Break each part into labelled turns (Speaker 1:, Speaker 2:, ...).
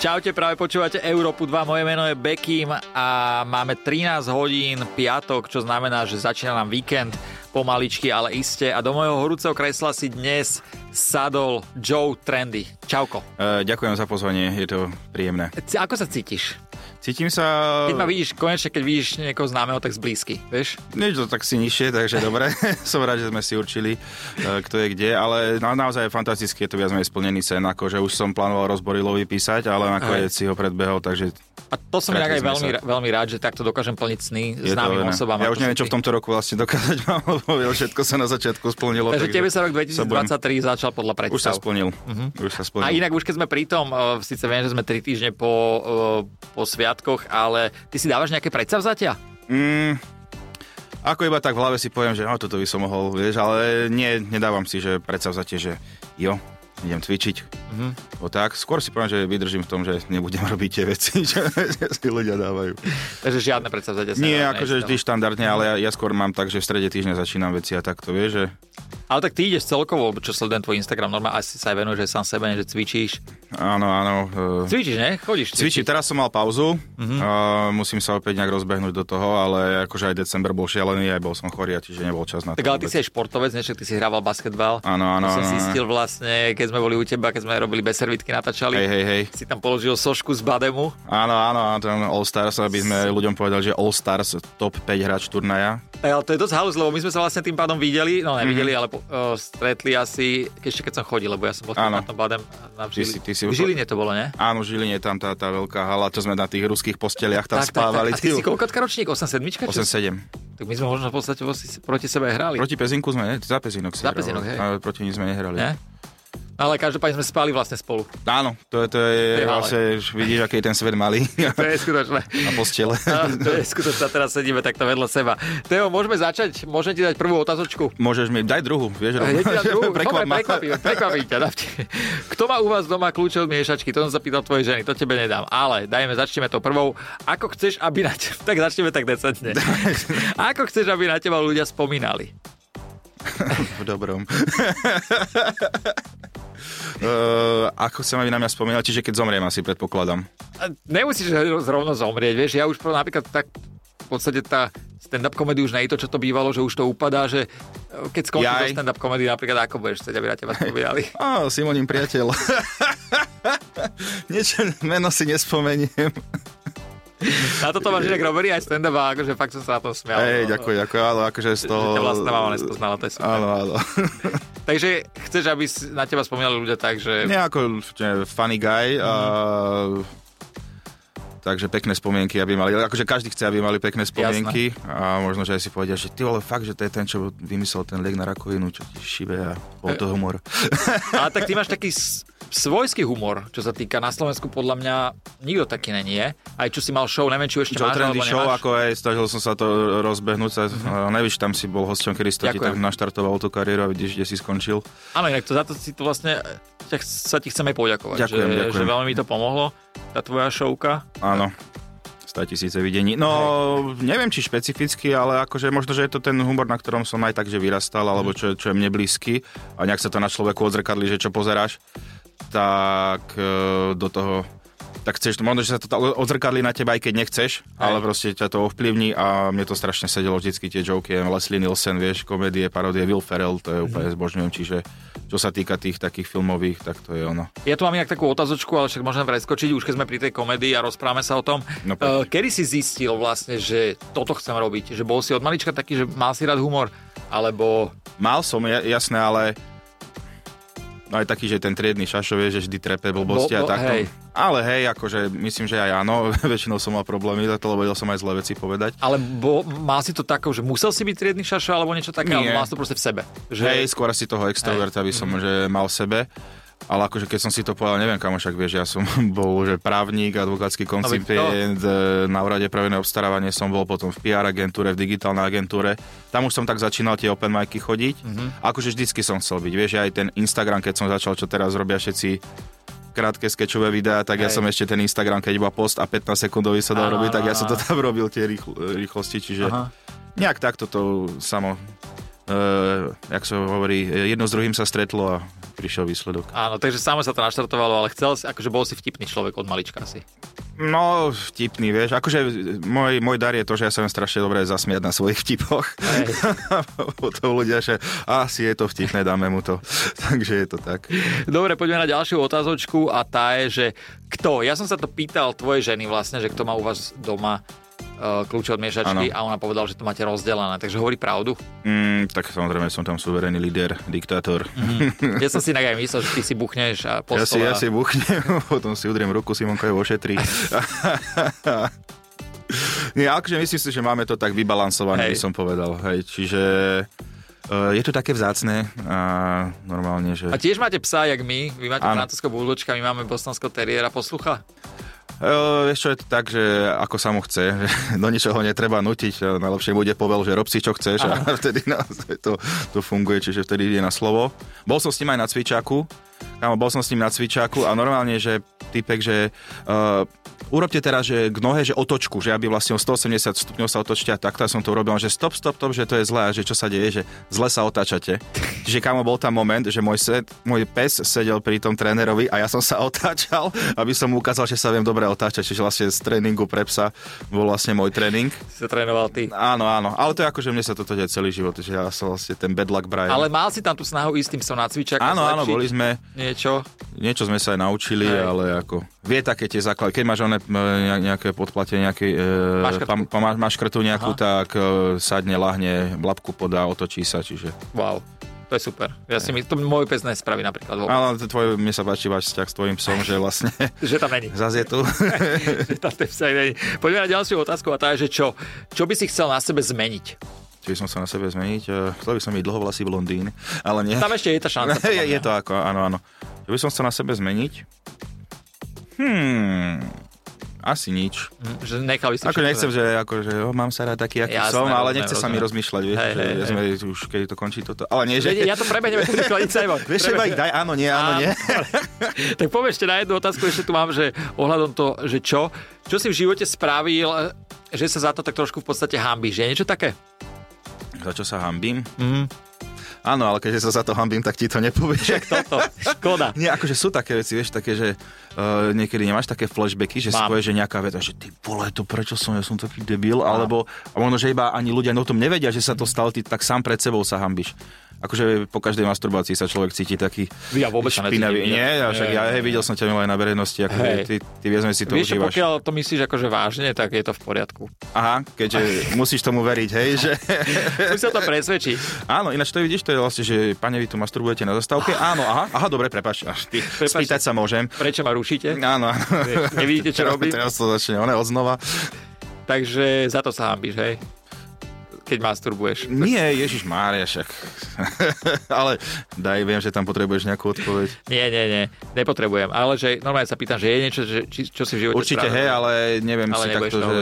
Speaker 1: Čaute, práve počúvate Európu 2, moje meno je Bekim a máme 13 hodín piatok, čo znamená, že začína nám víkend pomaličky, ale iste. A do mojho horúceho kresla si dnes sadol Joe Trendy. Čauko.
Speaker 2: E, ďakujem za pozvanie, je to príjemné.
Speaker 1: C- Ako sa cítiš?
Speaker 2: Cítim sa...
Speaker 1: Keď ma vidíš, konečne keď vidíš niekoho známeho, tak zblízky, vieš?
Speaker 2: Niečo tak si nižšie, takže dobre. Som rád, že sme si určili, e, kto je kde, ale na, naozaj je fantasticky, je to viac menej splnený sen, akože už som plánoval rozborilový písať, ale nakoniec si ho predbehol, takže
Speaker 1: A to som inak aj
Speaker 2: Stratili sme
Speaker 1: veľmi,
Speaker 2: sa.
Speaker 1: ra- veľmi rád, že takto dokážem plniť sny
Speaker 2: je
Speaker 1: známym
Speaker 2: to... iné.
Speaker 1: osobám.
Speaker 2: Ja
Speaker 1: ako
Speaker 2: už neviem,
Speaker 1: si
Speaker 2: čo v
Speaker 1: ty.
Speaker 2: tomto roku vlastne dokázať mám, lebo všetko sa na začiatku splnilo.
Speaker 1: Takže tebe sa rok
Speaker 2: sa budem-
Speaker 1: 2023 začal podľa predstav.
Speaker 2: Už sa splnil. Už sa splnil.
Speaker 1: A inak už keď sme pri tom, eh, síce viem, že sme 3 týždne po, eh, po sviatkoch, ale ty si dávaš nejaké predsavzatia?
Speaker 2: Mm, ako iba tak v hlave si poviem, že no, toto by som mohol, vieš, ale nie, nedávam si, že predsa vzatie, že jo, idem cvičiť. Mm-hmm.
Speaker 1: Mhm.
Speaker 2: O tak, skôr si poviem, že vydržím v tom, že nebudem robiť tie veci, čo si ľudia dávajú.
Speaker 1: Takže žiadne predsavzatia sa
Speaker 2: Nie,
Speaker 1: nedá-
Speaker 2: akože vždy
Speaker 1: nečítala.
Speaker 2: štandardne, ale ja, ja skôr mám tak, že v strede týždňa začínam veci a takto, vieš, že
Speaker 1: Ale tak ty ideš celkovo, čo sledujem tvoj Instagram, normálne asi sa aj venuješ že sám sebe, nie, že cvičíš.
Speaker 2: áno, áno. e,
Speaker 1: Cvičíš, ne? Chodíš
Speaker 2: Cvičím, teraz som mal pauzu,
Speaker 1: Mhm.
Speaker 2: mm-hmm. uh, musím sa opäť nejak rozbehnúť do toho, ale akože aj december bol šialený, aj bol som chorý, a čiže nebol čas na to.
Speaker 1: Tak ale ty
Speaker 2: vôbec.
Speaker 1: si aj športovec, niečo, ty si hrával basketbal.
Speaker 2: Áno, áno,
Speaker 1: To som
Speaker 2: áno,
Speaker 1: zistil vlastne, keď sme boli u teba, keď sme robili beservitky, natáčali.
Speaker 2: Hej, hej, hej.
Speaker 1: Si tam položil sošku z bademu.
Speaker 2: Áno, áno, áno, ten All Stars, aby sme ľuďom povedali, že All Stars top 5 hráč turnaja.
Speaker 1: E, Ale to je dosť halus, lebo my sme sa vlastne tým pádom videli, no
Speaker 2: Mhm.
Speaker 1: nevideli, mm-hmm. ale po- o, stretli asi, ešte keď som chodil, lebo ja som bol na
Speaker 2: Áno.
Speaker 1: tom badem na v,
Speaker 2: Ty
Speaker 1: Žili...
Speaker 2: si- ty si-
Speaker 1: v Žiline to bolo, ne?
Speaker 2: Áno, v Žiline je tam tá, tá veľká hala, čo sme na tých ruských posteliach tam spávali.
Speaker 1: A ty si
Speaker 2: ty-
Speaker 1: koľkotka ročník? 87?
Speaker 2: 8-7.
Speaker 1: Tak my sme možno v podstate vosi- proti sebe aj hrali.
Speaker 2: Proti Pezinku sme, ne? Za Pezinok si
Speaker 1: Za
Speaker 2: hral.
Speaker 1: Pezinok, hej.
Speaker 2: Ale proti nim sme nehrali.
Speaker 1: Ne? No, ale každopádne sme spali vlastne spolu.
Speaker 2: Áno, to je, to je
Speaker 1: To je ale.
Speaker 2: vlastne, že vidíš, aký je ten svet malý
Speaker 1: To je skutočné.
Speaker 2: na postele.
Speaker 1: A to je skutočné, teraz sedíme takto vedľa seba. Teo, môžeme začať? Môžem ti dať prvú otázočku?
Speaker 2: Môžeš mi, daj druhú, vieš, rovno.
Speaker 1: Hneď ti dám druhú.
Speaker 2: Prekvap
Speaker 1: Dobre,
Speaker 2: ma.
Speaker 1: prekvapí, prekvapí ťa. dám ti. Kto má u vás doma kľúče od miešačky? To som zapýtal tvojej ženy, to tebe nedám. Ale dajme, začneme to prvou. Ako chceš, aby na teba... Tak začneme tak decentne. Ako chceš, aby na teba ľudia spomínali?
Speaker 2: V dobrom. Eh, ako chcem, aby na mňa spomínal, čiže keď zomriem asi, predpokladám.
Speaker 1: A Nemusíš rovno zomrieť, vieš. Ja už pro- napríklad tak v podstate tá stand-up komedy už nie je to, čo to bývalo, že už to upadá, že e, keď skončí
Speaker 2: Jaj.
Speaker 1: to stand-up komedy, napríklad ako budeš chcieť, aby na teba spomínali.
Speaker 2: Á, Simonín priateľ. Niečo meno si nespomeniem.
Speaker 1: Na toto máš inak robí aj stand-up a akože fakt som sa na tom smial.
Speaker 2: Hej,
Speaker 1: No,
Speaker 2: ďakujem, ďakujem, áno, akože z
Speaker 1: Že
Speaker 2: toho...
Speaker 1: ťa vlastná mama nespoznala, to je super.
Speaker 2: Áno, áno.
Speaker 1: Takže chceš, aby si- na teba spomínali ľudia tak, že...
Speaker 2: Nejako že funny guy. A... Takže pekné spomienky, aby mali, akože každý chce, aby mali pekné spomienky a možno, že aj si povedia, že ty vole, fakt, že to je ten, čo vymyslel ten liek na rakovinu, čo ti šibe
Speaker 1: E,
Speaker 2: a bol to humor.
Speaker 1: Ale tak ty máš taký s- svojský humor, čo sa týka na Slovensku podľa mňa nikto taký není. je. Aj čo si mal show, neviem, či ju ešte
Speaker 2: Čo
Speaker 1: máš,
Speaker 2: trendy
Speaker 1: alebo
Speaker 2: show,
Speaker 1: nemáš. Mhm.
Speaker 2: ako aj snažil som sa to rozbehnúť, sa, mm-hmm. nevíš, tam si bol hosťom, kedy si to ti
Speaker 1: Ďakujem.
Speaker 2: tak naštartoval tú kariéru a vidíš, kde si skončil.
Speaker 1: Áno, inak to za to si to vlastne ťa, ch- sa ti chceme poďakovať,
Speaker 2: Ďakujem,
Speaker 1: že,
Speaker 2: ďakujem.
Speaker 1: že veľmi mi to pomohlo, tá tvoja showka.
Speaker 2: Áno. 100 tisíce videní. No, neviem, či špecificky, ale akože možno, že je to ten humor, na ktorom som aj tak, že vyrastal, alebo čo, čo je mne blízky a nejak sa to na človeku odzrkadli, že čo pozeráš, tak e, do toho tak chceš, to- možno, že sa to tak odzrkadli na teba, aj keď
Speaker 1: Hej.
Speaker 2: nechceš, ale proste ťa to ovplyvní a mne to strašne sedelo vždycky tie joky, Leslie Nielsen, vieš, komédie, parodie, Will Ferrell, to je úplne zbožňujem, čiže čo sa týka tých takých filmových, tak to je ono.
Speaker 1: Ja tu mám inak takú otázočku, ale však môžem preskočiť, už keď sme pri tej komedii a rozprávame sa o tom.
Speaker 2: No,
Speaker 1: Eh, Kedy si zistil vlastne, že toto chcem robiť? Že bol si od malička taký, že mal si rád humor? Alebo
Speaker 2: Mal som, ja- jasné, ale no aj taký, že ten triedny šašo vie, že vždy trepe blbosti
Speaker 1: Bo-
Speaker 2: a
Speaker 1: bo-
Speaker 2: takto.
Speaker 1: hej.
Speaker 2: Ale hej, akože myslím, že aj áno, väčšinou som mal problémy, za to, lebo vedel som aj zlé veci povedať.
Speaker 1: Ale bo, mal si to takou, že musel si byť triedny šašo alebo niečo také,
Speaker 2: Nie.
Speaker 1: alebo mal si to proste v sebe. Že,
Speaker 2: Že... Hej, skôr asi toho extroverta by som že mal v sebe. Ale akože keď som si to povedal, neviem kam však vieš, ja som bol že právnik, advokátsky
Speaker 1: No,
Speaker 2: koncipient, e, na úrade pre verejné obstarávanie som bol potom v PR agentúre, v digitálnej agentúre. Tam už som tak začínal tie open micy chodiť.
Speaker 1: Mhm.
Speaker 2: Akože vždycky som chcel byť, vieš, aj ten Instagram, keď som začal, čo teraz robia všetci krátke skečové videá, tak ja
Speaker 1: Hej.
Speaker 2: som ešte ten Instagram, keď iba post a 15 sekundový sa dal
Speaker 1: Áno,
Speaker 2: robiť,
Speaker 1: áno,
Speaker 2: tak ja som to
Speaker 1: áno.
Speaker 2: tam robil tie rýchlo, rýchlosti, čiže
Speaker 1: Aha.
Speaker 2: nejak eh, takto to samo, e, jak sa hovorí, e, jedno s druhým sa stretlo a prišiel výsledok.
Speaker 1: Áno, takže samo sa to naštartovalo, ale chcel si, akože bol si vtipný človek od malička asi.
Speaker 2: No, vtipný, vieš. Akože môj, môj dar je to, že ja sa viem strašne dobre zasmiať na svojich vtipoch. Potom ľudia, že asi je to vtipné, dáme mu to. takže je to tak.
Speaker 1: Dobre, poďme na ďalšiu otázočku a tá je, že kto? Ja som sa to pýtal tvojej ženy vlastne, že kto má u vás doma eh, kľúče od miešačky ano. a ona povedala, že to máte rozdelené. Takže hovorí pravdu.
Speaker 2: Mm, tak samozrejme som tam suverénny líder, diktátor.
Speaker 1: Mm. Ja som si tak aj myslel, že ty si buchneš a
Speaker 2: postola... Hm. Ja si, ja si buchnem, potom si udriem ruku, Simonka ju ošetrí. Nie, akože myslím si, že máme to tak vybalansované, Hej. by som povedal. Hej, čiže eh, je to také vzácne a normálne, že...
Speaker 1: A tiež máte psa, jak my. Vy máte francúzsko buldočka, my máme bostonského teriéra. Poslucha?
Speaker 2: Uh, vieš čo, je to tak, že ako sa mu chce, do ničoho netreba nutiť, e, najlepšie bude povel, že rob si čo chceš Aha. a vtedy naozaj to, to funguje, čiže vtedy ide na slovo. Bol som s ním aj na cvičáku, Kámo, bol som s ním na cvičáku a normálne, že typek, že uh, urobte teraz, že k nohe, že otočku, že aby vlastne o 180 stupňov sa otočte a takto som to urobil, že stop, stop, stop, že to je zlé a že čo sa deje, že zle sa otáčate. Čiže kámo, bol tam moment, že môj, set, môj pes sedel pri tom trénerovi a ja som sa otáčal, aby som mu ukázal, že sa viem dobre otáčať, čiže vlastne z tréningu pre psa bol vlastne môj tréning.
Speaker 1: Si sa trénoval ty.
Speaker 2: Áno, áno, ale to je ako, že mne sa toto deje celý život, že ja som vlastne ten bedlak Brian.
Speaker 1: Ale mal si tam tú snahu ísť tým som na cvičák.
Speaker 2: Áno, áno, boli sme.
Speaker 1: Nie niečo.
Speaker 2: Niečo sme sa aj naučili, aj. ale ako... Vie také tie základy. Keď máš one, nejaké podplate, nejaké, máš, krtu. Pam, pam, máš krtu nejakú, Aha. tak e, sadne, lahne, labku podá, otočí sa, čiže...
Speaker 1: Wow. To je super. Ja si mi, to môj pes nespraví napríklad. Vôbec.
Speaker 2: Ale tvoj, mne sa páči váš vzťah s tvojim psom, že vlastne...
Speaker 1: že tam není.
Speaker 2: Zas je tu.
Speaker 1: že tam ten vzťah není. Poďme na ďalšiu otázku a tá je, že čo, čo by si chcel na sebe zmeniť?
Speaker 2: či by som sa na sebe zmeniť. E, Chcel by som byť dlhovlasý blondín, ale nie.
Speaker 1: Tam ešte je tá šanca.
Speaker 2: je, je to ako, áno, áno. Čo by som sa na sebe zmeniť? Hmm, asi nič.
Speaker 1: Že nechal by si
Speaker 2: Ako nechcem, že, ako, že oh, mám sa rád taký, aký Jasné, som, ale nechce sa mi rozmýšľať, vieš, hej, že hej, ja sme hej. už, keď to končí toto, ale nie, že...
Speaker 1: Ja to prebehnem, ako to nič
Speaker 2: Vieš, iba ich daj, áno, nie, áno, nie.
Speaker 1: tak poviem ešte na jednu otázku, ešte tu mám, že ohľadom to, že čo, čo si v živote spravil, že sa za to tak trošku v podstate hambíš, je niečo také?
Speaker 2: Za čo sa hambím? Mm. Áno, ale keďže sa za to hambím, tak ti to nepoviem.
Speaker 1: Však toto, škoda.
Speaker 2: Nie, akože sú také veci, vieš, také, že uh, niekedy nemáš také flashbacky, že Mám. si povieš, že nejaká veta, že ty vole, to prečo som, ja som taký debil, Mám. alebo a možno, že iba ani ľudia o tom nevedia, že sa to stalo, ty tak sám pred sebou sa hambíš. Akože po každej masturbácii sa človek cíti taký
Speaker 1: ja vôbec špinavý.
Speaker 2: Necítim, nie, ja však ja hej, videl som ťa aj na verejnosti, akože hej. ty, ty vieš, si to
Speaker 1: vieš,
Speaker 2: užívaš.
Speaker 1: pokiaľ to myslíš akože vážne, tak je to v poriadku.
Speaker 2: Aha, keďže musíš tomu veriť, hej, že...
Speaker 1: Musíš to presvedčiť.
Speaker 2: Áno, ináč to vidíš, to je vlastne, že pane, vy tu masturbujete na zastávke. Áno, aha, aha, dobre, prepač. Ty, spýtať sa môžem.
Speaker 1: Prečo ma rušíte?
Speaker 2: Áno, áno.
Speaker 1: Nevidíte, čo robím?
Speaker 2: Teraz to začne, ona odznova.
Speaker 1: Takže za to sa hambíš, hej? keď masturbuješ.
Speaker 2: Nie, Ježiš Mária však. ale daj, viem, že tam potrebuješ nejakú odpoveď.
Speaker 1: Nie, nie, nie, nepotrebujem. Ale že normálne sa pýtam, že je niečo, že, či, čo si v živote
Speaker 2: Určite strávil. hej, ale neviem ale si takto, že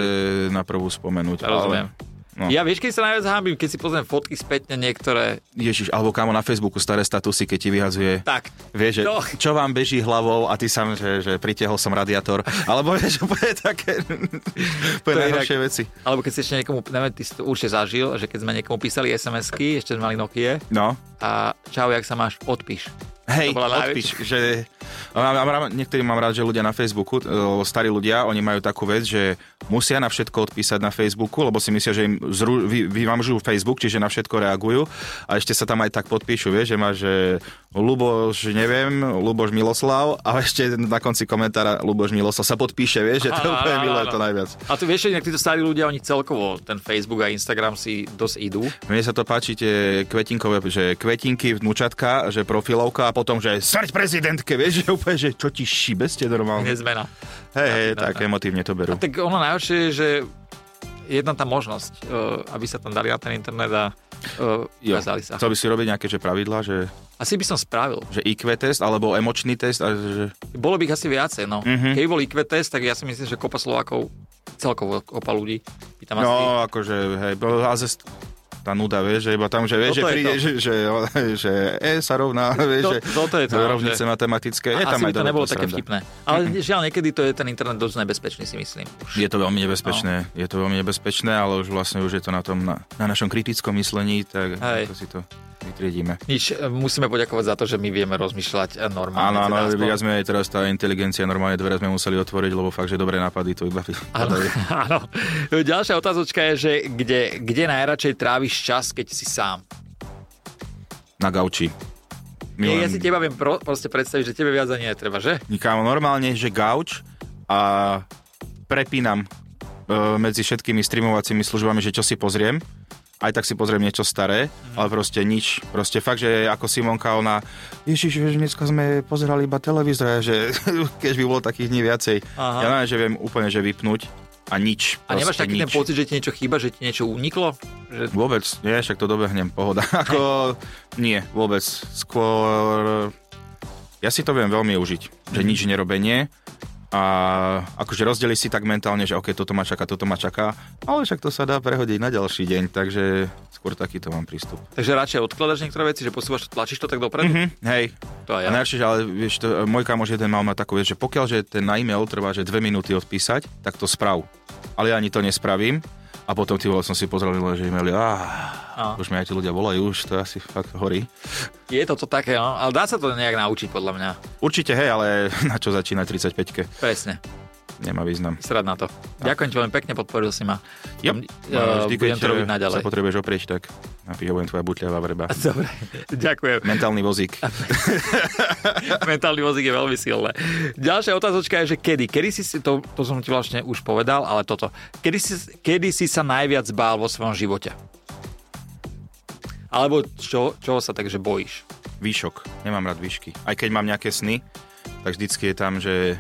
Speaker 2: na prvú spomenúť.
Speaker 1: Rozumiem.
Speaker 2: Ale...
Speaker 1: No. Ja vieš, keď sa najviac hábim, keď si pozriem fotky spätne niektoré.
Speaker 2: Ježiš, alebo kámo na Facebooku staré statusy, keď ti vyhazuje.
Speaker 1: Tak.
Speaker 2: Vieš, že, no. čo vám beží hlavou a ty sám, že, že pritiahol som radiátor. Alebo vieš, že bude také bude najhoršie tak. veci.
Speaker 1: Alebo keď si ešte niekomu, neviem, ty si to určite zažil, že keď sme niekomu písali SMS-ky, ešte sme mali Nokia.
Speaker 2: No.
Speaker 1: A čau, jak sa máš, odpíš.
Speaker 2: Hej, odpíš, že... Mám, mám, niektorí mám rád, že ľudia na Facebooku, e, starí ľudia, oni majú takú vec, že musia na všetko odpísať na Facebooku, lebo si myslia, že im zru, vy, vyvamžujú Facebook, čiže na všetko reagujú a ešte sa tam aj tak podpíšu, vieš, že má, že Luboš, neviem, Luboš Miloslav a ešte na konci komentára Luboš Miloslav sa podpíše, vieš, že to úplne milé to najviac.
Speaker 1: A tu vieš, že títo starí ľudia, oni celkovo ten Facebook a Instagram si dosť idú.
Speaker 2: Mne sa to páči tie kvetinkové, že kvetinky, vnúčatka, že profilovka a potom, že smrť prezidentke, vieš, že úplne, že čo ti šibe ste normálne.
Speaker 1: Nezmena.
Speaker 2: Hej, hej, tak emotívne to
Speaker 1: A
Speaker 2: berú.
Speaker 1: tak ono najhoršie je, že jedna tá možnosť, e, aby sa tam dali na ten internet a e, ukázali sa.
Speaker 2: Chcel by si robiť nejaké že pravidlá, že...
Speaker 1: Asi by som spravil.
Speaker 2: Že IQ test, alebo emočný test, a že...
Speaker 1: Bolo by ich asi viacej, no.
Speaker 2: Mhm.
Speaker 1: Mm-hmm. Keď bol IQ test, tak ja si myslím, že kopa Slovákov, celkovo kopa ľudí, pýtam
Speaker 2: No, asi... akože, hej, a zest tá nuda, vieš, že iba tam, že vieš, že príde, že, že, že, E sa rovná, vieš, že
Speaker 1: to, to je to,
Speaker 2: rovnice že... matematické.
Speaker 1: Je
Speaker 2: tam
Speaker 1: by to nebolo také vtipné.
Speaker 2: Mhm.
Speaker 1: Ale žiaľ, niekedy to je ten internet dosť nebezpečný, si myslím.
Speaker 2: Už. Je to veľmi nebezpečné, no. je to veľmi nebezpečné, ale už vlastne už je to na tom, na, na našom kritickom myslení, tak Hej. to si to... vytriedíme.
Speaker 1: Nič, e, musíme poďakovať za to, že my vieme rozmýšľať e, normálne.
Speaker 2: Áno, áno, ja sme aj teraz tá inteligencia normálne dvere sme museli otvoriť, lebo fakt, že dobré napady to iba
Speaker 1: Áno, áno. Ďalšia otázočka je, že kde, kde najradšej tráviš čas, keď si sám?
Speaker 2: Na gauči.
Speaker 1: Milujem. Ja, ja si teba viem pro, proste predstaviť, že tebe viac ani netreba, že?
Speaker 2: Kámo, normálne, že gauč a prepínam e, medzi všetkými streamovacími službami, že čo si pozriem. Aj tak si pozriem niečo staré,
Speaker 1: Mhm.
Speaker 2: ale proste nič. Proste fakt, že ako Simonka, ona, ježiš, vieš, dneska sme pozerali iba televízor, že keď by bolo takých dní viacej. Aha. Ja neviem, že viem úplne, že vypnúť a nič.
Speaker 1: A nemáš taký nič. ten pocit, že ti niečo chýba, že ti niečo uniklo? Že...
Speaker 2: Vôbec, nie, však to dobehnem, pohoda. ako, nie, vôbec. Skôr, ja si to viem veľmi užiť, že nič nerobenie, a akože rozdeli si tak mentálne, že ok, toto ma čaká, toto ma čaká, ale však to sa dá prehodiť na ďalší deň, takže skôr takýto mám prístup.
Speaker 1: Takže radšej odkladaš niektoré veci, že posúvaš, tlačíš to tak dopredu?
Speaker 2: Mm-hmm, hej. To aj ja. A najlepšie, že ale vieš, to, môj kamoš jeden mal ma takú vec, že pokiaľ že ten na e-mail trvá, že dve minúty odpísať, tak to sprav. Ale ja ani to nespravím, a potom ty vole som si pozrel, že e-maily, ah, už mi aj tí ľudia volajú, už to asi fakt horí.
Speaker 1: Je to to také, no, ale dá sa to nejak naučiť podľa mňa.
Speaker 2: Určite, hej, ale na čo začínať 35-ke?
Speaker 1: Presne.
Speaker 2: Nemá význam.
Speaker 1: Srad na to. Tak. Ďakujem ti veľmi pekne, podporil si ma.
Speaker 2: Jo,
Speaker 1: ja, uh, budem to robiť naďalej.
Speaker 2: eh, sa potrebuješ oprieť, tak napíšem tvoja butľavá vreba.
Speaker 1: Dobre, ďakujem.
Speaker 2: Mentálny vozík.
Speaker 1: Mentálny vozík je veľmi silné. Ďalšia otázočka je, že kedy? Kedy si, to, to som ti vlastne už povedal, ale toto. Kedy si, kedy si sa najviac bál vo svojom živote? Alebo čo, čoho sa takže bojíš?
Speaker 2: Výšok. Nemám rád výšky. Aj keď mám nejaké sny, tak vždycky je tam, že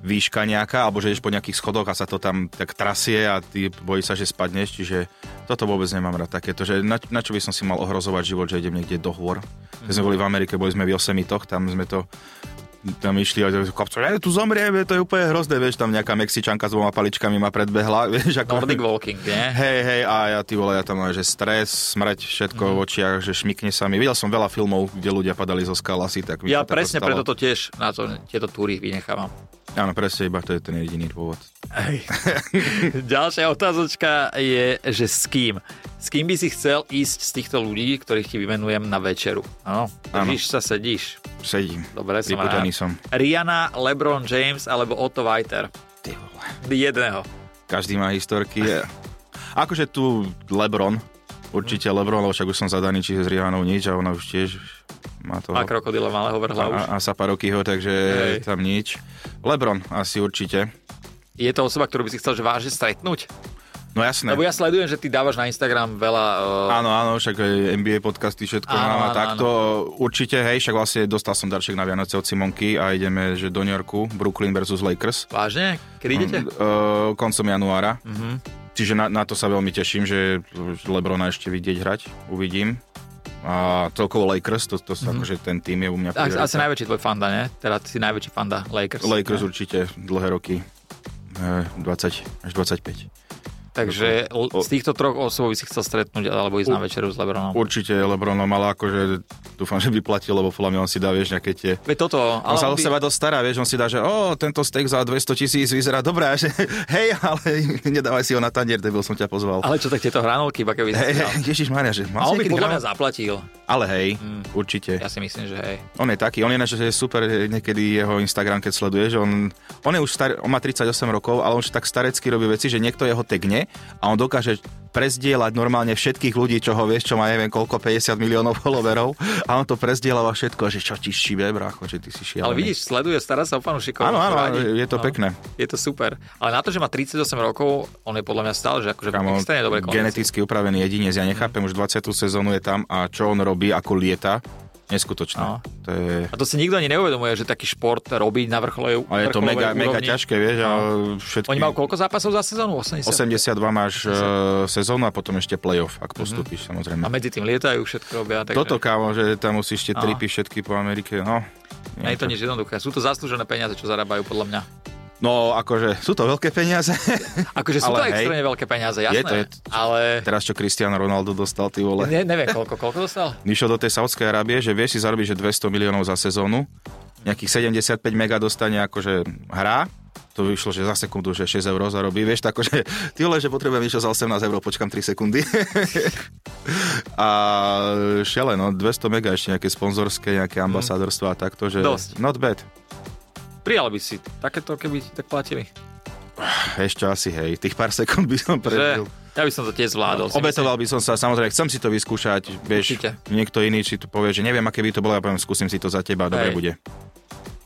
Speaker 2: výška nejaká, alebo že ideš po nejakých schodoch a sa to tam tak trasie a ty bojíš sa, že spadneš, čiže toto vôbec nemám rád takéto, že na, na čo by som si mal ohrozovať život, že idem niekde do hôr. Keď mm-hmm. sme boli v Amerike, boli sme v Yosemitoch, tam sme to tam išli a kopcu, e, tu zomrieme, to je úplne hrozné, vieš, tam nejaká Mexičanka s dvoma paličkami ma predbehla, vieš, ako...
Speaker 1: Nordic walking, nie?
Speaker 2: Hej, hej, a ja, ty vole, ja tam mám, že stres, smrť, všetko
Speaker 1: Mhm.
Speaker 2: mm. v očiach, že šmikne sa mi. Videl som veľa filmov, kde ľudia padali zo skal asi, tak
Speaker 1: Ja presne preto to tiež na to, tieto túry vynechávam.
Speaker 2: Áno, presne, iba to je ten jediný dôvod.
Speaker 1: Ďalšia otázočka je, že s kým? S kým by si chcel ísť z týchto ľudí, ktorých ti vymenujem na večeru? Áno, držíš sa, sedíš.
Speaker 2: Sedím.
Speaker 1: Dobre, som
Speaker 2: Vyputaný som.
Speaker 1: Rihanna, LeBron James alebo Otto Vajter?
Speaker 2: Ty vole.
Speaker 1: Jedného.
Speaker 2: Každý má historky. akože tu LeBron,
Speaker 1: Mhm.
Speaker 2: určite LeBron, lebo však už som zadaný, čiže s Rihannou nič a ona už tiež má toho...
Speaker 1: Má krokodila malého vrhla už.
Speaker 2: A, a Saparokyho, takže Hej. tam nič. Lebron asi určite.
Speaker 1: Je to osoba, ktorú by si chcel že vážne stretnúť?
Speaker 2: No jasné.
Speaker 1: Lebo ja sledujem, že ty dávaš na Instagram veľa...
Speaker 2: Uh... Áno, áno, však NBA podcasty, všetko áno, mám a áno, takto. Áno. Určite, hej, však vlastne dostal som darček na Vianoce od Simonky a ideme, že do New Yorku, Brooklyn versus Lakers.
Speaker 1: eh, Vážne? Kedy idete?
Speaker 2: Uh, uh, koncom januára. Uh-huh. Čiže na, na to sa veľmi teším, že Lebrona ešte vidieť hrať, uvidím. A celkovo Lakers, to, to sa, mm-hmm. akože ten tým je u mňa...
Speaker 1: Asi, asi najväčší tvoj fanda, ne? Teda si najväčší fanda Lakers.
Speaker 2: Lakers ne? určite dlhé roky. E, 20 až 25.
Speaker 1: Takže o, z týchto troch osôb by si chcel stretnúť alebo ísť u, na večeru s Lebronom.
Speaker 2: Určite Lebronom, ale akože dúfam, že by platil, lebo podľa mňa on si dá, vieš, nejaké tie...
Speaker 1: Veď toto,
Speaker 2: ale on sa o by... seba dosť stará, vieš, on si dá, že o, tento steak za 200 tisíc vyzerá dobré, že hej, ale nedávaj si ho na tanier, debil som ťa pozval.
Speaker 1: Ale čo tak tieto hranolky, iba keby
Speaker 2: hey, si Ježiš Maria, že
Speaker 1: A on by podľa mňa zaplatil.
Speaker 2: Ale hej, mm. určite.
Speaker 1: Ja si myslím, že hej.
Speaker 2: On je taký, on je, že je super niekedy jeho Instagram, keď sleduješ, on, on je už star, on má 38 rokov, ale on už tak starecky robí veci, že niekto jeho tegne a on dokáže prezdieľať normálne všetkých ľudí, čo ho vieš, čo má neviem koľko, 50 miliónov followerov a on to prezdielava všetko, že čo ti šíbe, brácho, že ty si šialený.
Speaker 1: Ale vidíš, sleduje, stará sa o fanúšikov.
Speaker 2: Áno, áno, je to no. pekné.
Speaker 1: Je to super. Ale na to, že má 38 rokov, on je podľa mňa stále, že akože Kamo, extrémne dobre kondici.
Speaker 2: Geneticky upravený jedinec, ja nechápem, už 20. sezónu je tam a čo on robí, ako lieta, Neskutočné. No.
Speaker 1: To je... A to si nikto ani neuvedomuje, že taký šport robí na vrcholovej
Speaker 2: úrovni. Ale je to mega, úrovni. mega ťažké, vieš. No. A všetky...
Speaker 1: Oni majú koľko zápasov za sezónu? 80?
Speaker 2: 82 máš 80. sezónu a potom ešte playoff, ak postupíš
Speaker 1: Mhm.
Speaker 2: mm-hmm. samozrejme.
Speaker 1: A No. medzi tým lietajú všetko robia.
Speaker 2: Takže... Toto kámo, že tam musíš tie tripy všetky po Amerike. No,
Speaker 1: nie je to nič jednoduché. Sú to zaslúžené peniaze, čo zarábajú podľa mňa.
Speaker 2: No, akože sú to veľké peniaze.
Speaker 1: Akože sú ale to hej, extrémne veľké peniaze, jasné. Je to, je to, ale...
Speaker 2: Teraz, čo Cristiano Ronaldo dostal, ty vole.
Speaker 1: Ne, neviem, koľko, koľko dostal?
Speaker 2: Išiel do tej Saudskej Arábie, že vieš si zarobiť, že 200 miliónov za sezónu, nejakých 75 mega dostane akože hra, to vyšlo, že za sekundu, že 6 eur zarobí, vieš, tak že ty vole, že potrebujem niečo za 18 eur, počkam 3 sekundy. a šele, no, 200 mega ešte nejaké sponzorské, nejaké ambasádorstva a takto, že...
Speaker 1: Mhm. Dosť.
Speaker 2: Not bad.
Speaker 1: Prijal by si takéto, keby ti tak platili.
Speaker 2: Ešte asi, hej, tých pár sekúnd by som prežil.
Speaker 1: Že? Ja by som to tiež zvládol. si
Speaker 2: Obetoval by som sa, samozrejme, chcem si to vyskúšať, vieš,
Speaker 1: Určite.
Speaker 2: niekto iný si to povie, že neviem, aké by to bolo, ja poviem, skúsim si to za teba, dobre
Speaker 1: Hej.
Speaker 2: bude.
Speaker 1: myslím.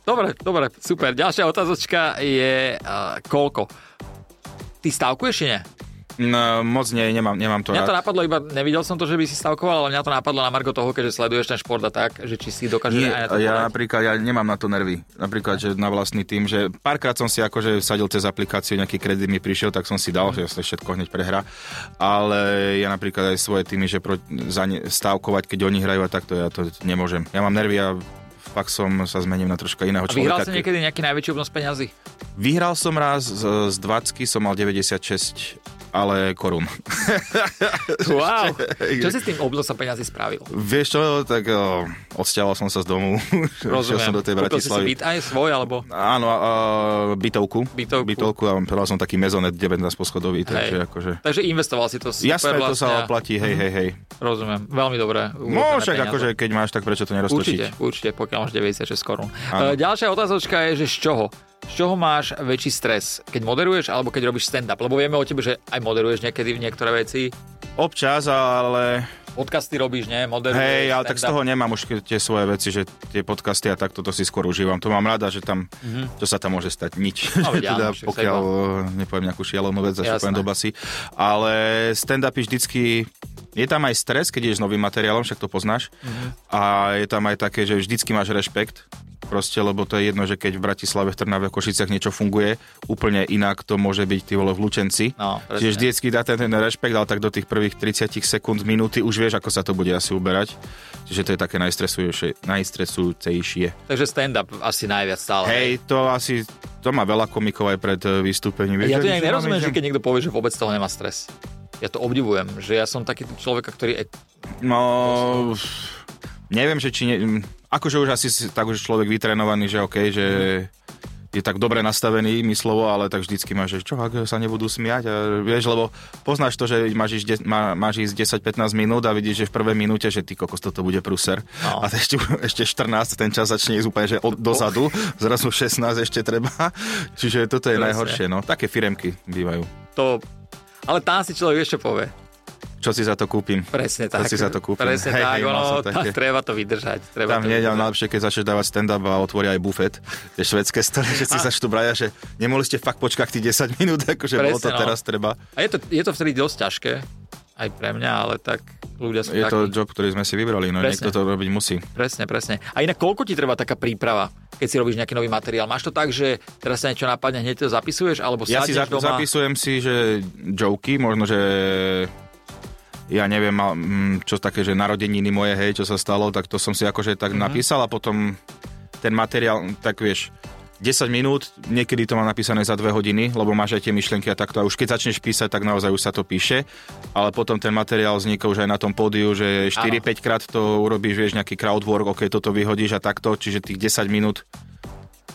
Speaker 1: Dobre, dobre, super. Ďalšia otázočka je uh, koľko? Ty stavkuješ či nie?
Speaker 2: No, moc nie, nemám, nemám to
Speaker 1: Mňa to
Speaker 2: rád.
Speaker 1: napadlo iba, nevidel som to, že by si stavkoval, ale mňa to napadlo na Margo toho, keďže sleduješ ten šport a tak, že či si dokáže aj
Speaker 2: Nie,
Speaker 1: na to
Speaker 2: ja
Speaker 1: povedať.
Speaker 2: napríklad, ja nemám na to nervy. Napríklad, že na vlastný tým, že párkrát som si akože sadil cez aplikáciu, nejaký kredit mi prišiel, tak som si dal, že sa všetko hneď prehra. Ale ja napríklad aj svoje týmy, že pro, za ne, stávkovať, keď oni hrajú, a takto ja to nemôžem. Ja mám nervy a fakt som sa zmením na troška iného
Speaker 1: A vyhral si
Speaker 2: človeka. keď-
Speaker 1: niekedy nejaký najväčší obnos peňazí?
Speaker 2: Vyhral som raz z, z 20, som mal 96 ale korún.
Speaker 1: Wow! Čo si s tým obnosom peňazí spravil?
Speaker 2: Vieš čo, tak o, odsťahoval som sa z domu. Išiel
Speaker 1: Rozumiem.
Speaker 2: som do tej
Speaker 1: Kúpil si si
Speaker 2: Bratislavy.
Speaker 1: byt aj svoj, alebo...
Speaker 2: Áno, a, a, bytovku.
Speaker 1: Bytovku.
Speaker 2: Bytovku a peral som taký mezonet 19 poschodový, takže
Speaker 1: Hej.
Speaker 2: akože...
Speaker 1: Takže investoval si to super
Speaker 2: Jasné, to
Speaker 1: vlastne.
Speaker 2: sa oplatí, hej, hej, hej.
Speaker 1: Rozumiem, veľmi dobré.
Speaker 2: No,
Speaker 1: uložené peniaze.
Speaker 2: však akože, keď máš, tak prečo to
Speaker 1: Určite,
Speaker 2: neroztočiť?
Speaker 1: určite, pokiaľ máš 96 korún. E,
Speaker 2: Áno.
Speaker 1: Ďalšia otázočka je, že z čoho? Z čoho máš väčší stres? Keď moderuješ alebo keď robíš stand-up? Lebo vieme o tebe, že aj moderuješ niekedy v niektoré veci.
Speaker 2: Občas, ale...
Speaker 1: Podcasty robíš, nie? Moderuješ
Speaker 2: Hej, ale tak z toho
Speaker 1: stand-up.
Speaker 2: nemám už tie svoje veci, že tie podcasty a takto to si skôr užívam. To mám rada, že tam, čo sa tam môže stať, nič.
Speaker 1: Mhm. No,
Speaker 2: Že
Speaker 1: veď
Speaker 2: teda,
Speaker 1: áno, však
Speaker 2: pokiaľ eh, nepoviem nejakú šialenú vec, zašupujem
Speaker 1: Jasné.
Speaker 2: do basy. Ale stand-upy vždycky... Je tam aj stres, keď ideš s novým materiálom, však to poznáš.
Speaker 1: Mhm.
Speaker 2: A je tam aj také, že vždycky máš rešpekt. Proste, lebo to je jedno, že keď v Bratislave, v Trnave, v Košiciach niečo funguje, úplne inak to môže byť, ty vole, v Lučenci.
Speaker 1: No, presne.
Speaker 2: Čiže vždycky dá ten, ten rešpekt, ale tak do tých prvých 30 sekúnd, minúty už vieš, ako sa to bude asi uberať. Čiže to je také najstresujúce- najstresujúcejšie.
Speaker 1: Takže stand-up asi najviac stále.
Speaker 2: Hej, to asi, to má veľa komikov aj pred e, vystúpením.
Speaker 1: Ja
Speaker 2: Vieš,
Speaker 1: to
Speaker 2: že
Speaker 1: nejak
Speaker 2: nič
Speaker 1: nerozumiem,
Speaker 2: nemám,
Speaker 1: že keď niekto povie, že vôbec toho nemá stres. Ja to obdivujem, že ja som taký typ človeka, ktorý...
Speaker 2: No, neviem, že či... Ne, akože už asi si- tak už človek vytrenovaný, že OK, že je tak dobre nastavený myslovo, ale tak vždycky máš, že čo, ak sa nebudú smiať, a, vieš, lebo poznáš to, že máš ísť, de- má, máš ísť 10-15 minút a vidíš, že v prvej minúte, že ty kokos, toto bude pruser.
Speaker 1: No.
Speaker 2: No. A ešte, ešte 14, ten čas začne ísť úplne, že od, dozadu, zrazu 16 ešte treba. Čiže toto je
Speaker 1: Presne.
Speaker 2: najhoršie, no. Také firemky bývajú.
Speaker 1: To... Ale tam si človek ešte povie.
Speaker 2: Čo si za to kúpim?
Speaker 1: Presne
Speaker 2: To
Speaker 1: tak.
Speaker 2: si za to kúpim.
Speaker 1: Presne
Speaker 2: Hej,
Speaker 1: tak,
Speaker 2: hej, mal
Speaker 1: ono,
Speaker 2: som také.
Speaker 1: tá- treba to vydržať. Treba to
Speaker 2: Tam nie,
Speaker 1: vydržať.
Speaker 2: ale najlepšie, keď začneš dávať stand-up a otvoria aj bufet, tie švedské stoly, že si začnú braja, že nemohli ste fakt počkať tých 10 minút, akože bolo
Speaker 1: Presne,
Speaker 2: to
Speaker 1: no.
Speaker 2: teraz treba.
Speaker 1: A je to, je to vtedy dosť ťažké, aj pre mňa, ale tak ľudia sú
Speaker 2: Je
Speaker 1: takí.
Speaker 2: to job, ktorý sme si vybrali, no
Speaker 1: Presne.
Speaker 2: niekto to robiť musí.
Speaker 1: Presne, presne. A inak koľko ti treba taká príprava, keď si robíš nejaký nový materiál? Máš to tak, že teraz sa niečo napadne, hneď to zapisuješ, alebo
Speaker 2: Ja si
Speaker 1: sadneš
Speaker 2: zap-
Speaker 1: doma?
Speaker 2: zapisujem si, že joky, možno, že ja neviem, mal- mm, čo také, že narodeniny moje, hej, čo sa stalo, tak to som si akože
Speaker 1: Mhm.
Speaker 2: tak napísal a potom ten materiál, tak vieš, 10 minút, niekedy to mám napísané za 2 hodiny, lebo máš aj tie myšlienky a takto. A už keď začneš písať, tak naozaj už sa to píše. Ale potom ten materiál vzniká už aj na tom pódiu, že 4-5 krát to urobíš, vieš, nejaký crowdwork, ok, toto vyhodíš a takto. Čiže tých 10 minút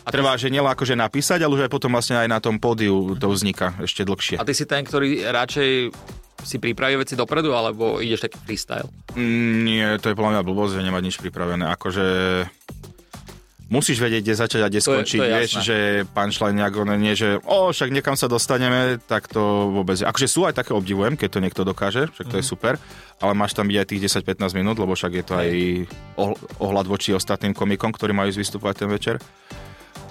Speaker 1: A
Speaker 2: a
Speaker 1: ty-
Speaker 2: trvá, že nielen akože napísať, ale už aj potom vlastne aj na tom pódiu to vzniká ešte
Speaker 1: A
Speaker 2: dlhšie.
Speaker 1: ty si ten, ktorý radšej si pripraví veci dopredu, alebo ideš taký freestyle?
Speaker 2: Mm, nie, to je podľa mňa blbosť, že nemať nič pripravené. Akože musíš vedieť, kde začať a
Speaker 1: To
Speaker 2: kde
Speaker 1: je-
Speaker 2: skončiť.
Speaker 1: to je
Speaker 2: Vieš,
Speaker 1: jasné.
Speaker 2: že punchline nejak, ono nie, že o, však niekam sa dostaneme, tak to vôbec. Akože sú aj také obdivujem, keď to niekto dokáže, však
Speaker 1: Mhm.
Speaker 2: to je super, ale máš tam byť aj tých 10-15 minút, lebo však je to aj oh- ohľad voči ostatným komikom, ktorí majú ísť vystúpať ten večer.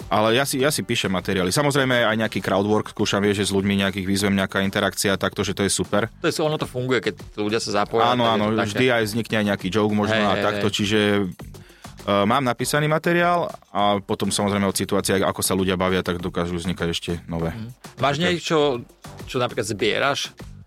Speaker 2: Ale ja si, ja si píšem materiály. Samozrejme aj nejaký crowdwork, skúšam, vieš, že s ľuďmi nejakých výzvem, nejaká interakcia, takto, že to je super.
Speaker 1: To je, ono to funguje, keď ľudia sa zapoja. tak
Speaker 2: Áno,
Speaker 1: je
Speaker 2: áno,
Speaker 1: to také.
Speaker 2: vždy aj vznikne aj nejaký joke možno
Speaker 1: Hej,
Speaker 2: a
Speaker 1: hej,
Speaker 2: takto,
Speaker 1: hej.
Speaker 2: čiže uh, mám napísaný materiál a potom samozrejme od situácie, ako sa ľudia bavia, tak dokážu vznikať ešte nové.
Speaker 1: Mhm. Máš niečo, čo napríklad zbieraš?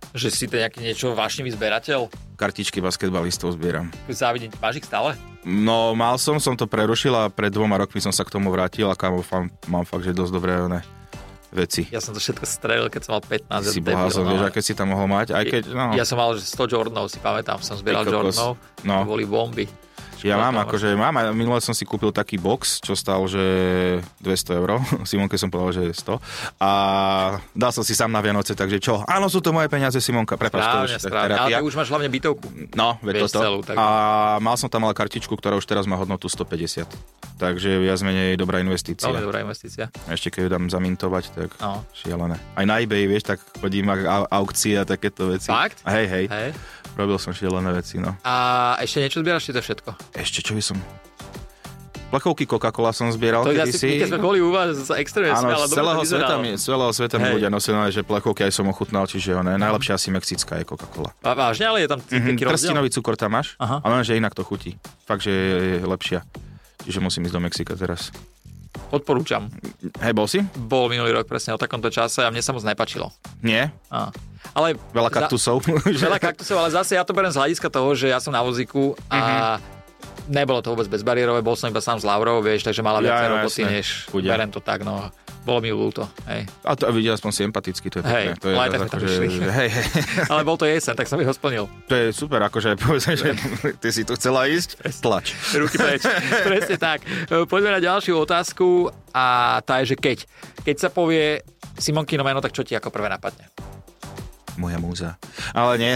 Speaker 1: Že si to nejaký niečo vášnivý zberateľ?
Speaker 2: Kartičky basketbalistov zbieram.
Speaker 1: Závidím, máš ich stále?
Speaker 2: No, mal som, som to prerušil a pred dvoma rokmi som sa k tomu vrátil a kámo, fam, mám fakt, že dosť dobré ne, veci.
Speaker 1: Ja som to všetko strelil, keď som mal 15.
Speaker 2: Ja, si
Speaker 1: debil,
Speaker 2: blázon,
Speaker 1: no.
Speaker 2: vieš, aké si tam mohol mať, aj keď, no.
Speaker 1: Ja som mal že 100 Jordanov, si pamätám, som zbieral
Speaker 2: Ty kokos.
Speaker 1: Jordanov,
Speaker 2: No.
Speaker 1: to boli bomby. no.
Speaker 2: Ja mám, akože mám, a minule som si kúpil taký box, čo stal, že 200 eur. Simonke som povedal, že je 100. A dal som si sám na Vianoce, takže čo? Áno, sú to moje peniaze, Simonka. Prepač, to
Speaker 1: Správne,
Speaker 2: už je
Speaker 1: správne. Ale
Speaker 2: terapia.
Speaker 1: ty už máš hlavne bytovku.
Speaker 2: No, veď
Speaker 1: Vieš
Speaker 2: toto.
Speaker 1: celú, tak-
Speaker 2: A mal som tam ale kartičku, ktorá už teraz má hodnotu 150. Takže viac menej dobrá investícia.
Speaker 1: Veľmi dobrá investícia.
Speaker 2: A ešte keď ju dám zamintovať, tak
Speaker 1: No.
Speaker 2: šialené. Aj na eBay, vieš, tak chodím a a- aukcie a takéto veci.
Speaker 1: Fakt?
Speaker 2: A hej, hej,
Speaker 1: Hej.
Speaker 2: hej, robil som šialené veci, no.
Speaker 1: A ešte niečo zbieraš, či to je všetko?
Speaker 2: Ešte čo by som... Plechovky Coca-Cola som zbieral
Speaker 1: To ja si,
Speaker 2: kedysi.
Speaker 1: keď sme boli u vás, sa extrémne
Speaker 2: Áno,
Speaker 1: smiala, dobre
Speaker 2: z
Speaker 1: to
Speaker 2: celého
Speaker 1: vyzeralo.
Speaker 2: sveta, mi, z celého sveta mi
Speaker 1: Hej.
Speaker 2: ľudia nosená, že plechovky aj som ochutnal, čiže ono, najlepšia asi mexická je Coca-Cola.
Speaker 1: A vážne, ale je tam
Speaker 2: Mhm,
Speaker 1: taký rozdiel.
Speaker 2: Trstinový cukor tam máš,
Speaker 1: Aha.
Speaker 2: ale že inak to chutí. Fakt, že je, je lepšia. Čiže musím ísť do Mexika teraz.
Speaker 1: Odporúčam.
Speaker 2: Hej, bol si?
Speaker 1: Bol minulý rok presne o takomto čase a mne sa moc nepačilo.
Speaker 2: Nie?
Speaker 1: Á. Ale
Speaker 2: Veľa
Speaker 1: za-
Speaker 2: kaktusov.
Speaker 1: Veľa kaktusov, ale zase ja to berem z hľadiska toho, že ja som na vozíku a
Speaker 2: Mhm.
Speaker 1: nebolo to vôbec bezbariérové, bol som iba sám s Laurou, vieš, takže mala
Speaker 2: Ja,
Speaker 1: viac
Speaker 2: ja,
Speaker 1: roboty,
Speaker 2: jasné.
Speaker 1: než
Speaker 2: Chudia.
Speaker 1: berem to tak, no. Bolo mi ľúto, hej.
Speaker 2: A to videl aspoň si empaticky, to je
Speaker 1: Hej,
Speaker 2: pekné. to je
Speaker 1: ale aj tak
Speaker 2: raz
Speaker 1: sme tam
Speaker 2: akože-
Speaker 1: išli.
Speaker 2: hej, hej,
Speaker 1: Ale bol to jesen, tak som ich ho splnil.
Speaker 2: to je super, akože povedzme, že ty si tu chcela ísť, tlač.
Speaker 1: Ruky preč. Presne tak. E, Poďme na ďalšiu otázku a tá je, že keď. Keď sa povie Simonkino meno, tak čo ti ako prvé napadne?
Speaker 2: Moja múza. Ale nie.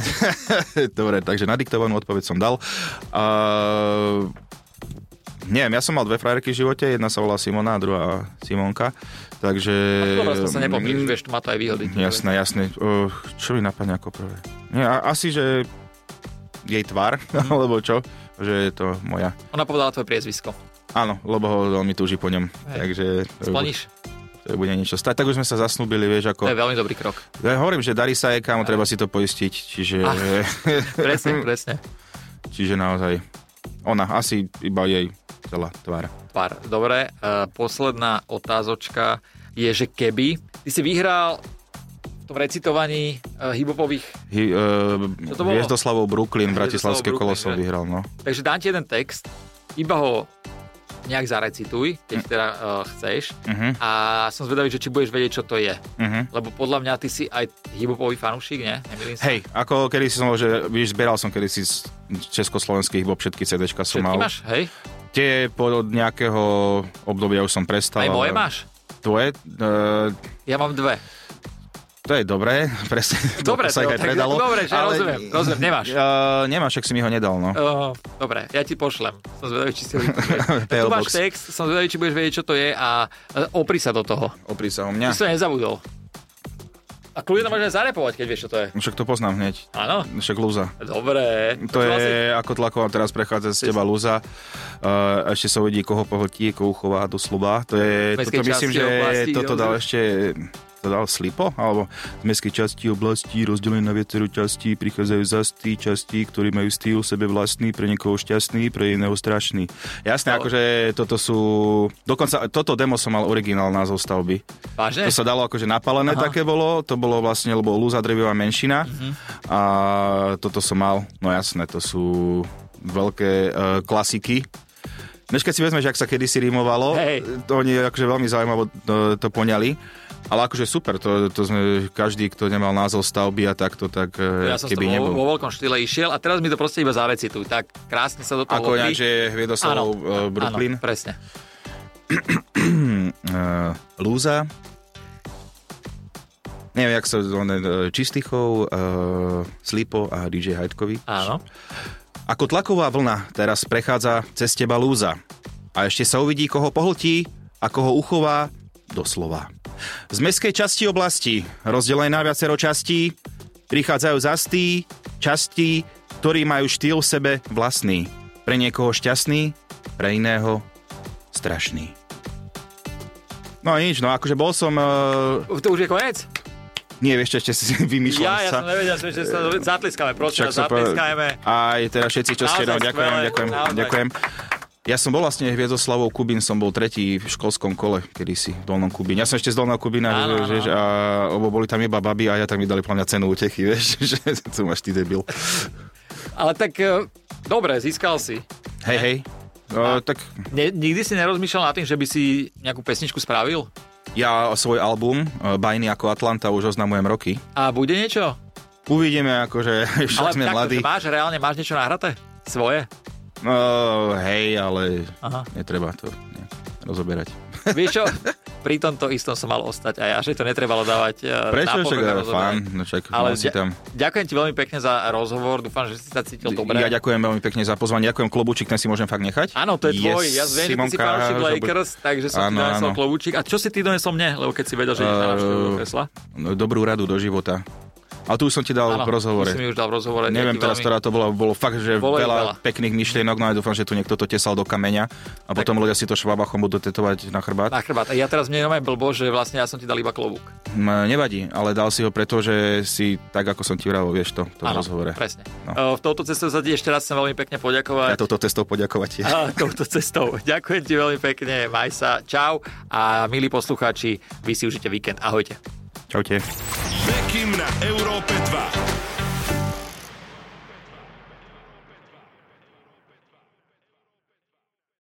Speaker 2: Dobre, takže nadiktovanú odpoveď som dal. Uh, neviem, ja som mal dve frajerky v živote, jedna sa volá Simona a druhá Simonka, takže... Mm,
Speaker 1: Dobre, sme sa nepomíliš, vieš, tu má to aj výhody.
Speaker 2: Ehm, Jasné, jasné. Uh, čo mi napadne ako prvé? Nie, a- asi, že jej tvár,
Speaker 1: Mhm.
Speaker 2: alebo čo, že je to moja.
Speaker 1: Ona povedala tvoje priezvisko.
Speaker 2: Áno, lebo ho veľmi túži po ňom.
Speaker 1: Hej.
Speaker 2: Takže to bude,
Speaker 1: Splníš?
Speaker 2: to bude niečo stať. Tak už sme sa zasnúbili, vieš,
Speaker 1: To je
Speaker 2: ako...
Speaker 1: veľmi dobrý krok.
Speaker 2: Ja hovorím, že darí sa je kam, treba si to poistiť. Čiže,
Speaker 1: Presne, presne.
Speaker 2: čiže naozaj. Ona, asi iba jej celá tvár.
Speaker 1: Pár. Dobre, e, posledná otázočka je, že keby ty si vyhral v tom recitovaní e, hibopových,
Speaker 2: Hi, uh,
Speaker 1: Čo to bolo?
Speaker 2: Hviezdoslavou Brooklyn, Bratislavské
Speaker 1: Brooklyn,
Speaker 2: kolo som
Speaker 1: že?
Speaker 2: vyhral, no.
Speaker 1: takže dám ti jeden text, iba ho nejak zarecituj, keď
Speaker 2: Mhm.
Speaker 1: teda e, chceš.
Speaker 2: Uh-huh,
Speaker 1: A som zvedavý, že či budeš vedieť, čo to je.
Speaker 2: uh-huh.
Speaker 1: Lebo podľa mňa ty si aj hibopový fanúšik, ne? Nemýlim sa.
Speaker 2: Hej, ako kedy si som bol, že víš, zbieral som kedy si z československých hip všetky CDčka som
Speaker 1: Všetky
Speaker 2: mal.
Speaker 1: máš, hej?
Speaker 2: Tie pod nejakého obdobia už som
Speaker 1: Aj
Speaker 2: prestal.
Speaker 1: moje
Speaker 2: ale
Speaker 1: máš?
Speaker 2: Tvoje? Uh,
Speaker 1: Ja mám dve.
Speaker 2: To je dobré, presne.
Speaker 1: Dobre,
Speaker 2: to sa ich
Speaker 1: to-
Speaker 2: aj
Speaker 1: tak-
Speaker 2: predalo.
Speaker 1: dobre, že rozumiem, rozumiem, nemáš.
Speaker 2: Uh, nemáš, však si mi ho nedal, no.
Speaker 1: Uh, dobre, ja ti pošlem. Som zvedavý, či si ho vypočuješ. Tu máš
Speaker 2: Tailbox,
Speaker 1: text, som zvedavý, či budeš vedieť, čo to je a e, opri sa do toho.
Speaker 2: opri sa o
Speaker 1: Ty
Speaker 2: mňa.
Speaker 1: si to nezabudol. A kľudne to môžeš aj zarepovať, keď vieš, čo to je.
Speaker 2: Však to poznám hneď.
Speaker 1: Áno?
Speaker 2: Však Lúza.
Speaker 1: Dobre.
Speaker 2: To je, ako tlaková teraz prechádza z teba Lúza. Uh, ešte sa uvidí, koho pohltí, koho chová do sluba. To je,
Speaker 1: Mestskej
Speaker 2: toto myslím,
Speaker 1: časti
Speaker 2: že
Speaker 1: oblasti,
Speaker 2: toto
Speaker 1: rozumiem.
Speaker 2: dal ešte to dal Slipo, alebo z mestskej časti oblasti rozdelené na viacero časti prichádzajú zastí časti, ktorí majú styl sebe vlastný, pre niekoho šťastný, pre iného strašný. Jasné,
Speaker 1: No.
Speaker 2: akože toto sú... Dokonca toto demo som mal originál názov stavby.
Speaker 1: Vážne?
Speaker 2: To sa dalo akože napálené
Speaker 1: Aha. Mhm.
Speaker 2: Aha. také bolo, to bolo vlastne, lebo Lúza drevivá menšina a toto som mal, no jasné, to sú veľké e, klasiky. Než keď si vezmeš, ak sa kedysi rímovalo,
Speaker 1: Hej.
Speaker 2: to oni akože veľmi zaujímavo to, to poňali. Ale akože super, to, to sme, každý, kto nemal názov stavby a takto, tak
Speaker 1: Ja
Speaker 2: e,
Speaker 1: som s tebou
Speaker 2: keby
Speaker 1: vo,
Speaker 2: nebol.
Speaker 1: vo veľkom štýle išiel a teraz mi to proste iba zarecituj. Tak krásne sa do toho
Speaker 2: Ako
Speaker 1: lopí.
Speaker 2: nejak, že Hviedoslavou e, Brooklyn.
Speaker 1: Áno, presne.
Speaker 2: uh, Lúza. Neviem, jak sa on, Čistichov, uh, Slipo a DJ Hajtkovi.
Speaker 1: Áno.
Speaker 2: Ako tlaková vlna teraz prechádza cez teba Lúza. A ešte sa uvidí, koho pohltí a koho uchová doslova. Z mestskej časti oblasti, rozdelené na viacero častí, prichádzajú zastí, častí, ktorí majú štýl v sebe vlastný. Pre niekoho šťastný, pre iného strašný. No nič, no akože bol som... Uh,
Speaker 1: To už je koniec?
Speaker 2: nie, vieš, čo, ešte si vymýšľam
Speaker 1: Ja, ja
Speaker 2: sa.
Speaker 1: som nevedel, že že sa zatliskame, prosím, vás,
Speaker 2: som povedal-
Speaker 1: zatliskajme.
Speaker 2: Aj teda všetci, čo ste
Speaker 1: E. Naozaj
Speaker 2: no, ďakujem,
Speaker 1: skvelé,
Speaker 2: ďakujem,
Speaker 1: naozaj.
Speaker 2: ďakujem. Ja som bol vlastne Hviezdoslavou Kubín, som bol tretí v školskom kole kedysi, v Dolnom Kubíne. Ja som ešte z Dolného Kubína,
Speaker 1: Áno,
Speaker 2: že,
Speaker 1: áno.
Speaker 2: že, že, a, lebo boli tam iba baby a ja tak mi dali plňa cenu utechy, vieš, že tu máš ty debil.
Speaker 1: Ale tak, e, dobre, získal si.
Speaker 2: Hej, hej.
Speaker 1: A-
Speaker 2: Uh, tak
Speaker 1: Ne, nikdy si nerozmýšľal nad tým, že by si nejakú pesničku spravil?
Speaker 2: ja svoj album uh, Bajny ako Atlanta už oznamujem roky.
Speaker 1: A bude niečo?
Speaker 2: Uvidíme, akože však sme
Speaker 1: takto,
Speaker 2: mladí.
Speaker 1: že máš reálne, máš niečo nahraté? Svoje?
Speaker 2: No, hej, ale
Speaker 1: Aha.
Speaker 2: netreba to ne, rozoberať.
Speaker 1: Vieš čo, pri tomto istom som mal ostať aj ja, že to netrebalo dávať eh,
Speaker 2: Prečo
Speaker 1: na
Speaker 2: však
Speaker 1: povrch a
Speaker 2: ale
Speaker 1: rozoberať.
Speaker 2: fán, no však
Speaker 1: Ale
Speaker 2: ale si
Speaker 1: ďa-
Speaker 2: tam.
Speaker 1: ďakujem ti veľmi pekne za rozhovor, dúfam, že si sa cítil dobre.
Speaker 2: Ja ďakujem veľmi pekne za pozvanie, ďakujem klobúčik, ten si môžem fakt nechať.
Speaker 1: Áno, to je tvoj. Ja viem, že ty si fanúšik
Speaker 2: Žobu-
Speaker 1: Lakers, takže som ti
Speaker 2: Áno,
Speaker 1: donesol
Speaker 2: áno.
Speaker 1: klobúčik. A čo si ty donesol mne? Lebo keď si vedel, že ideš na návštevu do
Speaker 2: Eh,
Speaker 1: kresla.
Speaker 2: No, dobrú radu do života. A tu už som ti dal v rozhovore.
Speaker 1: ty si mi už dal v rozhovore.
Speaker 2: Neviem
Speaker 1: ďakujem
Speaker 2: teraz,
Speaker 1: veľmi.
Speaker 2: ktorá to bola, bolo fakt, že
Speaker 1: Bolo ich veľa.
Speaker 2: veľa, pekných myšlienok, no aj dúfam, že tu niekto to tesal do kameňa a potom ľudia si to švábachom budú tetovať na chrbát.
Speaker 1: Na chrbát. A ja teraz mne je blbo, že vlastne ja som ti dal iba klobúk.
Speaker 2: M, Nevadí, ale dal si ho preto, že si tak, ako som ti vravil, vieš to, to v
Speaker 1: Áno,
Speaker 2: rozhovore.
Speaker 1: presne.
Speaker 2: No.
Speaker 1: No. V touto cestou sa ti ešte raz chcem veľmi pekne
Speaker 2: Ja
Speaker 1: poďakovať.
Speaker 2: touto cestou poďakovať.
Speaker 1: A touto cestou. Ďakujem ti veľmi pekne, maj sa, čau a milí poslucháči, vy si užite víkend, ahojte.
Speaker 2: Čaute.
Speaker 3: Bekim na Európe 2.